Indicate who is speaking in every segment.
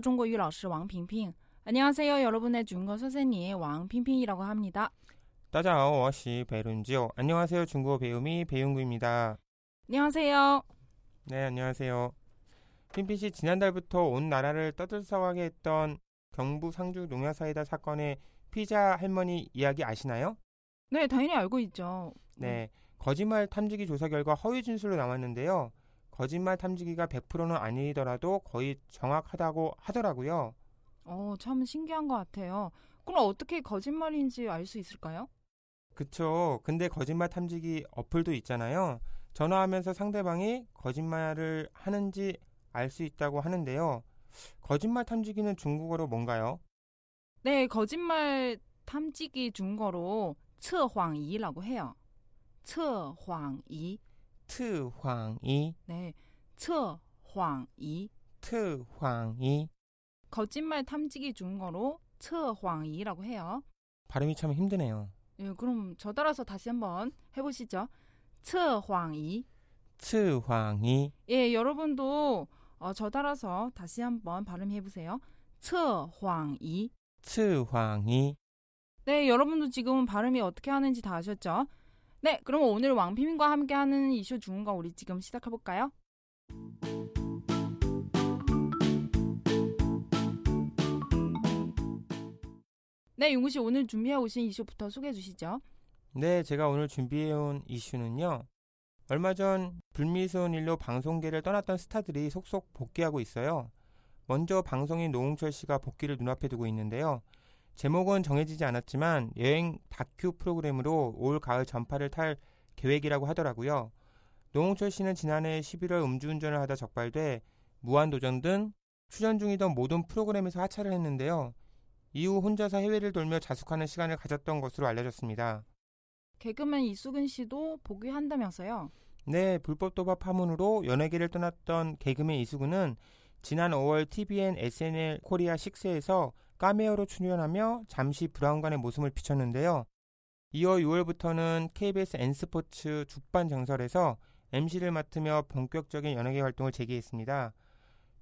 Speaker 1: 따지하我是大家的中国语老师王平平 안녕하세요 여러분의 중국어 선생님 왕핑핑이라고 합니다.
Speaker 2: 따자오 와시 베룬지오 안녕하세요 중국어 배우미 배윤구입니다
Speaker 1: 안녕하세요.
Speaker 2: 네 안녕하세요 핀핀씨 지난달부터 온 나라를 떠들썩하게 했던 경북 상주 농야사이다 사건의 피자 할머니 이야기 아시나요?
Speaker 1: 네 당연히 알고 있죠.
Speaker 2: 네 거짓말 탐지기 조사 결과 허위 진술로 나왔는데요 거짓말 탐지기가 100%는 아니더라도 거의 정확하다고 하더라고요
Speaker 1: 어, 참 신기한 것 같아요. 그럼 어떻게 거짓말인지 알 수 있을까요?
Speaker 2: 그쵸. 근데 거짓말 탐지기 어플도 있잖아요. 전화하면서 상대방이 거짓말을 하는지 알 수 있다고 하는데요. 거짓말 탐지기는 중국어로 뭔가요?
Speaker 1: 네, 거짓말 탐지기 중거로 측황이라고 해요. 측황이.
Speaker 2: 트황이,
Speaker 1: 네, 측황이.
Speaker 2: 트황이.
Speaker 1: 거짓말 탐지기 중거로 측황이라고 해요.
Speaker 2: 발음이 참 힘드네요.
Speaker 1: 예, 그럼 저 따라서 다시 한번 해보시죠. 측황이.
Speaker 2: 트황이,
Speaker 1: 예, 여러분도 어, 저 따라서 다시 한번 발음해보세요. 측황이.
Speaker 2: 트황이.
Speaker 1: 네, 여러분도 지금 발음이 어떻게 하는지 다 아셨죠? 네, 그럼 오늘 왕피민과 함께하는 이슈 중국어 우리 지금 시작해볼까요? 네, 용구 씨 오늘 준비해 오신 이슈부터 소개해 주시죠.
Speaker 2: 네, 제가 오늘 준비해온 이슈는요. 얼마 전 불미스러운 일로 방송계를 떠났던 스타들이 속속 복귀하고 있어요. 먼저 방송인 노홍철 씨가 복귀를 눈앞에 두고 있는데요. 제목은 정해지지 않았지만 여행 다큐 프로그램으로 올 가을 전파를 탈 계획이라고 하더라고요. 노홍철 씨는 지난해 11월 음주운전을 하다 적발돼 무한도전 등 출연 중이던 모든 프로그램에서 하차를 했는데요. 이후 혼자서 해외를 돌며 자숙하는 시간을 가졌던 것으로 알려졌습니다.
Speaker 1: 개그맨 이수근 씨도 복귀한다면서요.
Speaker 2: 네, 불법 도박 파문으로 연예계를 떠났던 개그맨 이수근은 지난 5월 TVN SNL 코리아 6에서 까메오로 출연하며 잠시 브라운관의 모습을 비쳤는데요. 이어 6월부터는 KBS N스포츠 죽반 정설에서 MC를 맡으며 본격적인 연예계 활동을 재개했습니다.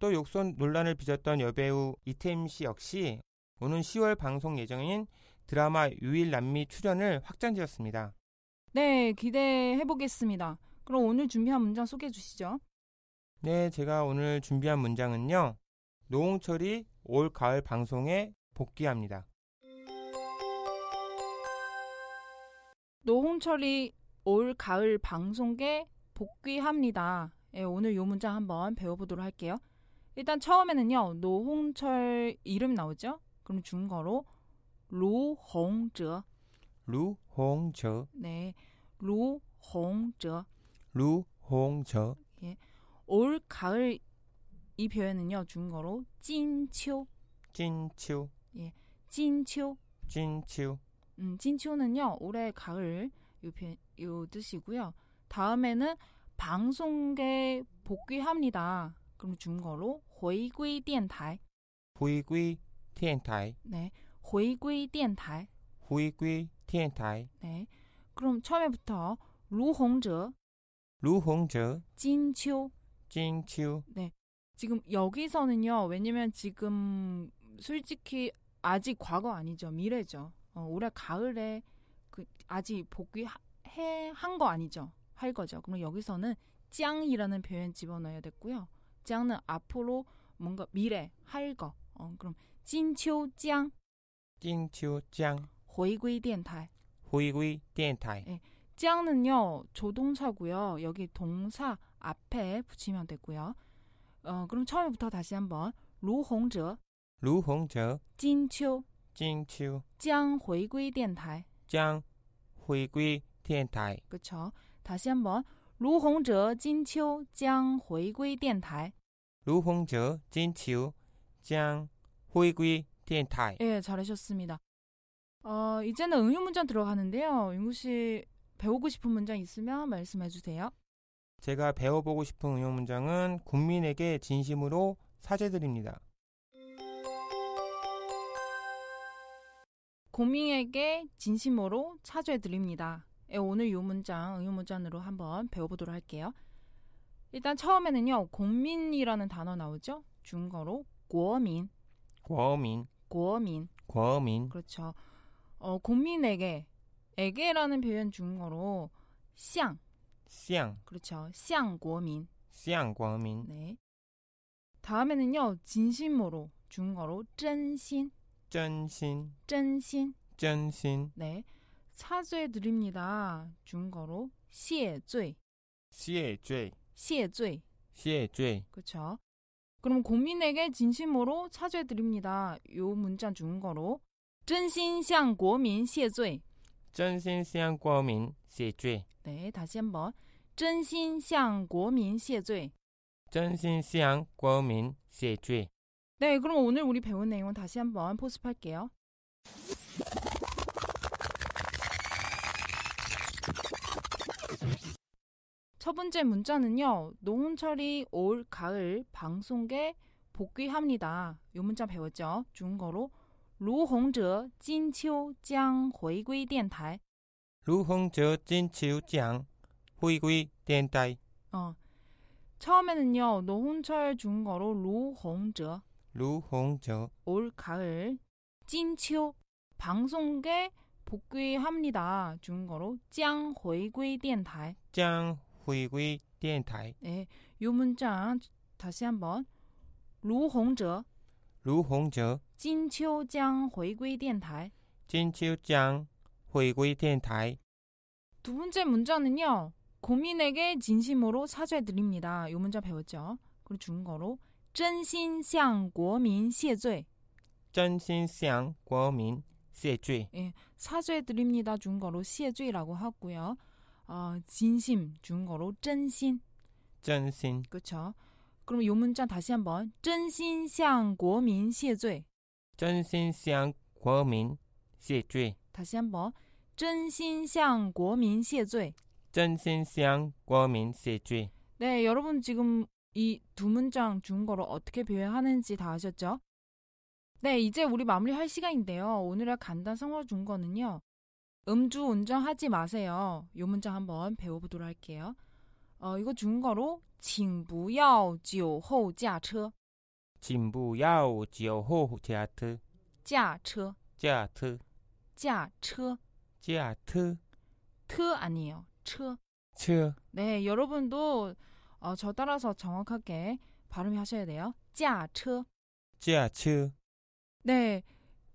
Speaker 2: 또 욕설 논란을 빚었던 여배우 이태임 씨 역시 오는 10월 방송 예정인 드라마 유일 남미 출연을 확정지었습니다.
Speaker 1: 네, 기대해 보겠습니다. 그럼 오늘 준비한 문장 소개해 주시죠.
Speaker 2: 네, 제가 오늘 준비한 문장은요. 노홍철이 올 가을 방송에 복귀합니다.
Speaker 1: 노홍철이 올 가을 방송계 복귀합니다. 예, 오늘 요 문장 한번 배워보도록 할게요. 일단 처음에는요, 노홍철 이름 나오죠? 그럼 중거로 루홍저.
Speaker 2: 루홍저,
Speaker 1: 네, 루홍저.
Speaker 2: 루홍저,
Speaker 1: 올 가을 이 표현은요, 중거로 찐秋.
Speaker 2: 찐치우,
Speaker 1: 찐秋.
Speaker 2: 찐치우,
Speaker 1: 음, 찐치오는요 올해 가을 요, 표- 요 뜻이고요. 다음에는 방송계 복귀합니다. 그럼 중거로 回归电台.
Speaker 2: 후이구이 티엔타이,
Speaker 1: 네, 回归电台.
Speaker 2: 후이구이 티엔타이,
Speaker 1: 네, 그럼 처음에부터 루홍저,
Speaker 2: 루홍저,
Speaker 1: 찐치오.
Speaker 2: 찐치우,
Speaker 1: 지금 여기서는요. 왜냐면 지금 솔직히 아직 과거 아니죠. 미래죠. 어, 올해 가을에 그 아직 복귀해 한 거 아니죠. 할 거죠. 그럼 여기서는 짱이라는 표현 집어넣어야 됐고요. 짱은 앞으로 뭔가 미래 할 거. 어, 그럼 진秋짱
Speaker 2: 찐치우 짱,
Speaker 1: 회귀 电台.
Speaker 2: 후이구이 티엔타이,
Speaker 1: 짱은요 조동사고요. 여기 동사 앞에 붙이면 되고요. 어, 그럼 처음부터 다시 한번 루홍저
Speaker 2: 루홍저,
Speaker 1: 金秋
Speaker 2: 찐치우
Speaker 1: 将回归电台，
Speaker 2: 짱, 후이구이 티엔타이,
Speaker 1: 不巧，다시 한번，卢洪哲金秋将回归电台。
Speaker 2: 루홍저, 찐치우 짱, 후이구이 티엔타이.
Speaker 1: 예, 잘하셨습니다. 어, 이제는 응용 문장 들어가는데요. 윤구 씨 배우고 싶은 문장 있으면 말씀해 주세요.
Speaker 2: 제가 배워보고 싶은 응용 문장은 국민에게 진심으로 사죄드립니다.
Speaker 1: 고민에게 진심으로 차조해 드립니다. 예, 오늘 요 문장 응용 문장으로 한번 배워보도록 할게요. 일단 처음에는요. 고민이라는 단어 나오죠. 중거로 고민,
Speaker 2: 고민,
Speaker 1: 고민.
Speaker 2: 고민,
Speaker 1: 그렇죠. 어, 고민에게 에게라는 표현 중거로 쌍,
Speaker 2: 쌍,
Speaker 1: 그렇죠. 쌍 고민.
Speaker 2: 쌍 고민,
Speaker 1: 네. 다음에는요. 진심으로 중거로 진심,
Speaker 2: 전신,
Speaker 1: 진심.
Speaker 2: 전신,
Speaker 1: 네. 차조해 드립니다. 중거로 시에죄,
Speaker 2: 시에죄,
Speaker 1: 시에죄.
Speaker 2: 시에죄,
Speaker 1: 그렇죠. 그럼 고민에게 진심으로 차조해 드립니다. 요 문자 중거로 진심상 고민 시에죄.
Speaker 2: 전신 쌍 고민, 시에죄,
Speaker 1: 네, 다시 한번. 진심상 고민 시에죄.
Speaker 2: 전신 쌍 고민, 시에죄.
Speaker 1: 네, 그럼 오늘 우리 배운 내용은 다시 한번 포습할게요. 첫 번째 문자는요. 노홍철이 올 가을 방송계 복귀합니다. 요 문자 배웠죠? 중국어로 루홍저 진秋장 회귀 电台.
Speaker 2: 루홍저 진치우짱, 후이구이 덴다이,
Speaker 1: 어. 처음에는요. 노홍철 중국어로 루홍저
Speaker 2: 루홍저
Speaker 1: 올 가을 찐치오 방송계 복귀합니다. 중국어로 짱 회귀 电台.
Speaker 2: 짱, 후이구이 덴다이,
Speaker 1: 네, 요 문장 다시 한번. 루홍저
Speaker 2: 루홍저
Speaker 1: 찐치오 짱 회귀 电台.
Speaker 2: 진치우짱, 후이구이 덴다이,
Speaker 1: 두 번째 문장은요. 고민에게 진심으로 사죄 드립니다. 요 문장 배웠죠? 그리고 중국어로 진심向 고민 谢罪.
Speaker 2: 전신 쌍 고민, 시에죄.
Speaker 1: 사죄 드립니다. 중국어로 谢罪라고 하고요. 어, 진심 중국어로 진심
Speaker 2: 전신
Speaker 1: 그렇죠. 그럼 요 문장 다시 한번 진심向 고민 谢罪.
Speaker 2: 전신 쌍 고민 시죄
Speaker 1: 다시 한번 진심向 고민 谢罪.
Speaker 2: 전신 쌍 고민 시죄
Speaker 1: 네, 여러분 지금 이 두 문장 중거로 어떻게 표현하는지 다 아셨죠? 네, 이제 우리 마무리할 시간인데요. 오늘의 간단 성어 중거는요. 음주 운전하지 마세요. 요 문장 한번 배워보도록 할게요. 어, 이거 중거로 请不要酒后驾车,
Speaker 2: 진부야오 지오호 제아트
Speaker 1: 驾车,
Speaker 2: 제아트
Speaker 1: 驾车,
Speaker 2: 제아트
Speaker 1: 트 아니에요. 车.
Speaker 2: 츠
Speaker 1: 네, 여러분도 어, 저 따라서 정확하게 발음하셔야 돼요. 驾车.
Speaker 2: 제아츠
Speaker 1: 네.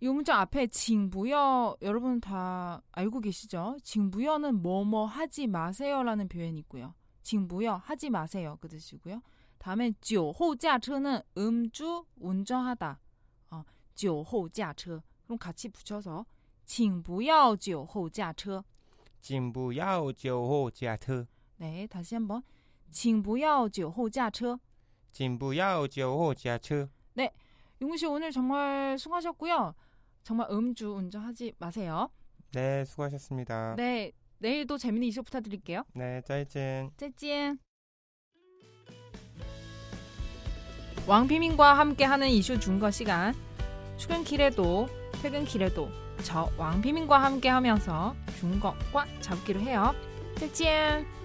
Speaker 1: 요 문장 앞에 징부여 여러분 다 알고 계시죠? 징부여는 뭐뭐 하지 마세요라는 표현이 있고요. 징부여 하지 마세요 그 뜻이고요. 다음에 酒后驾车는 음주 운전하다. 어, 酒后驾车. 그럼 같이 붙여서 징부여 酒后驾车.
Speaker 2: 진부야오 지오호 제아트
Speaker 1: 네, 다시 한번. 징부여 酒后驾车.
Speaker 2: 진부야오 지오호 제아츠
Speaker 1: 용우 씨 오늘 정말 수고하셨고요. 정말 음주 운전하지 마세요.
Speaker 2: 네 수고하셨습니다
Speaker 1: 네, 내일도 재밌는 이슈 부탁드릴게요.
Speaker 2: 네 짜이젠
Speaker 1: 再见. 왕피민과 함께하는 이슈 준거 시간. 출근길에도 퇴근길에도 저 왕피민과 함께하면서 준거꽉 잡기로 해요. 再见.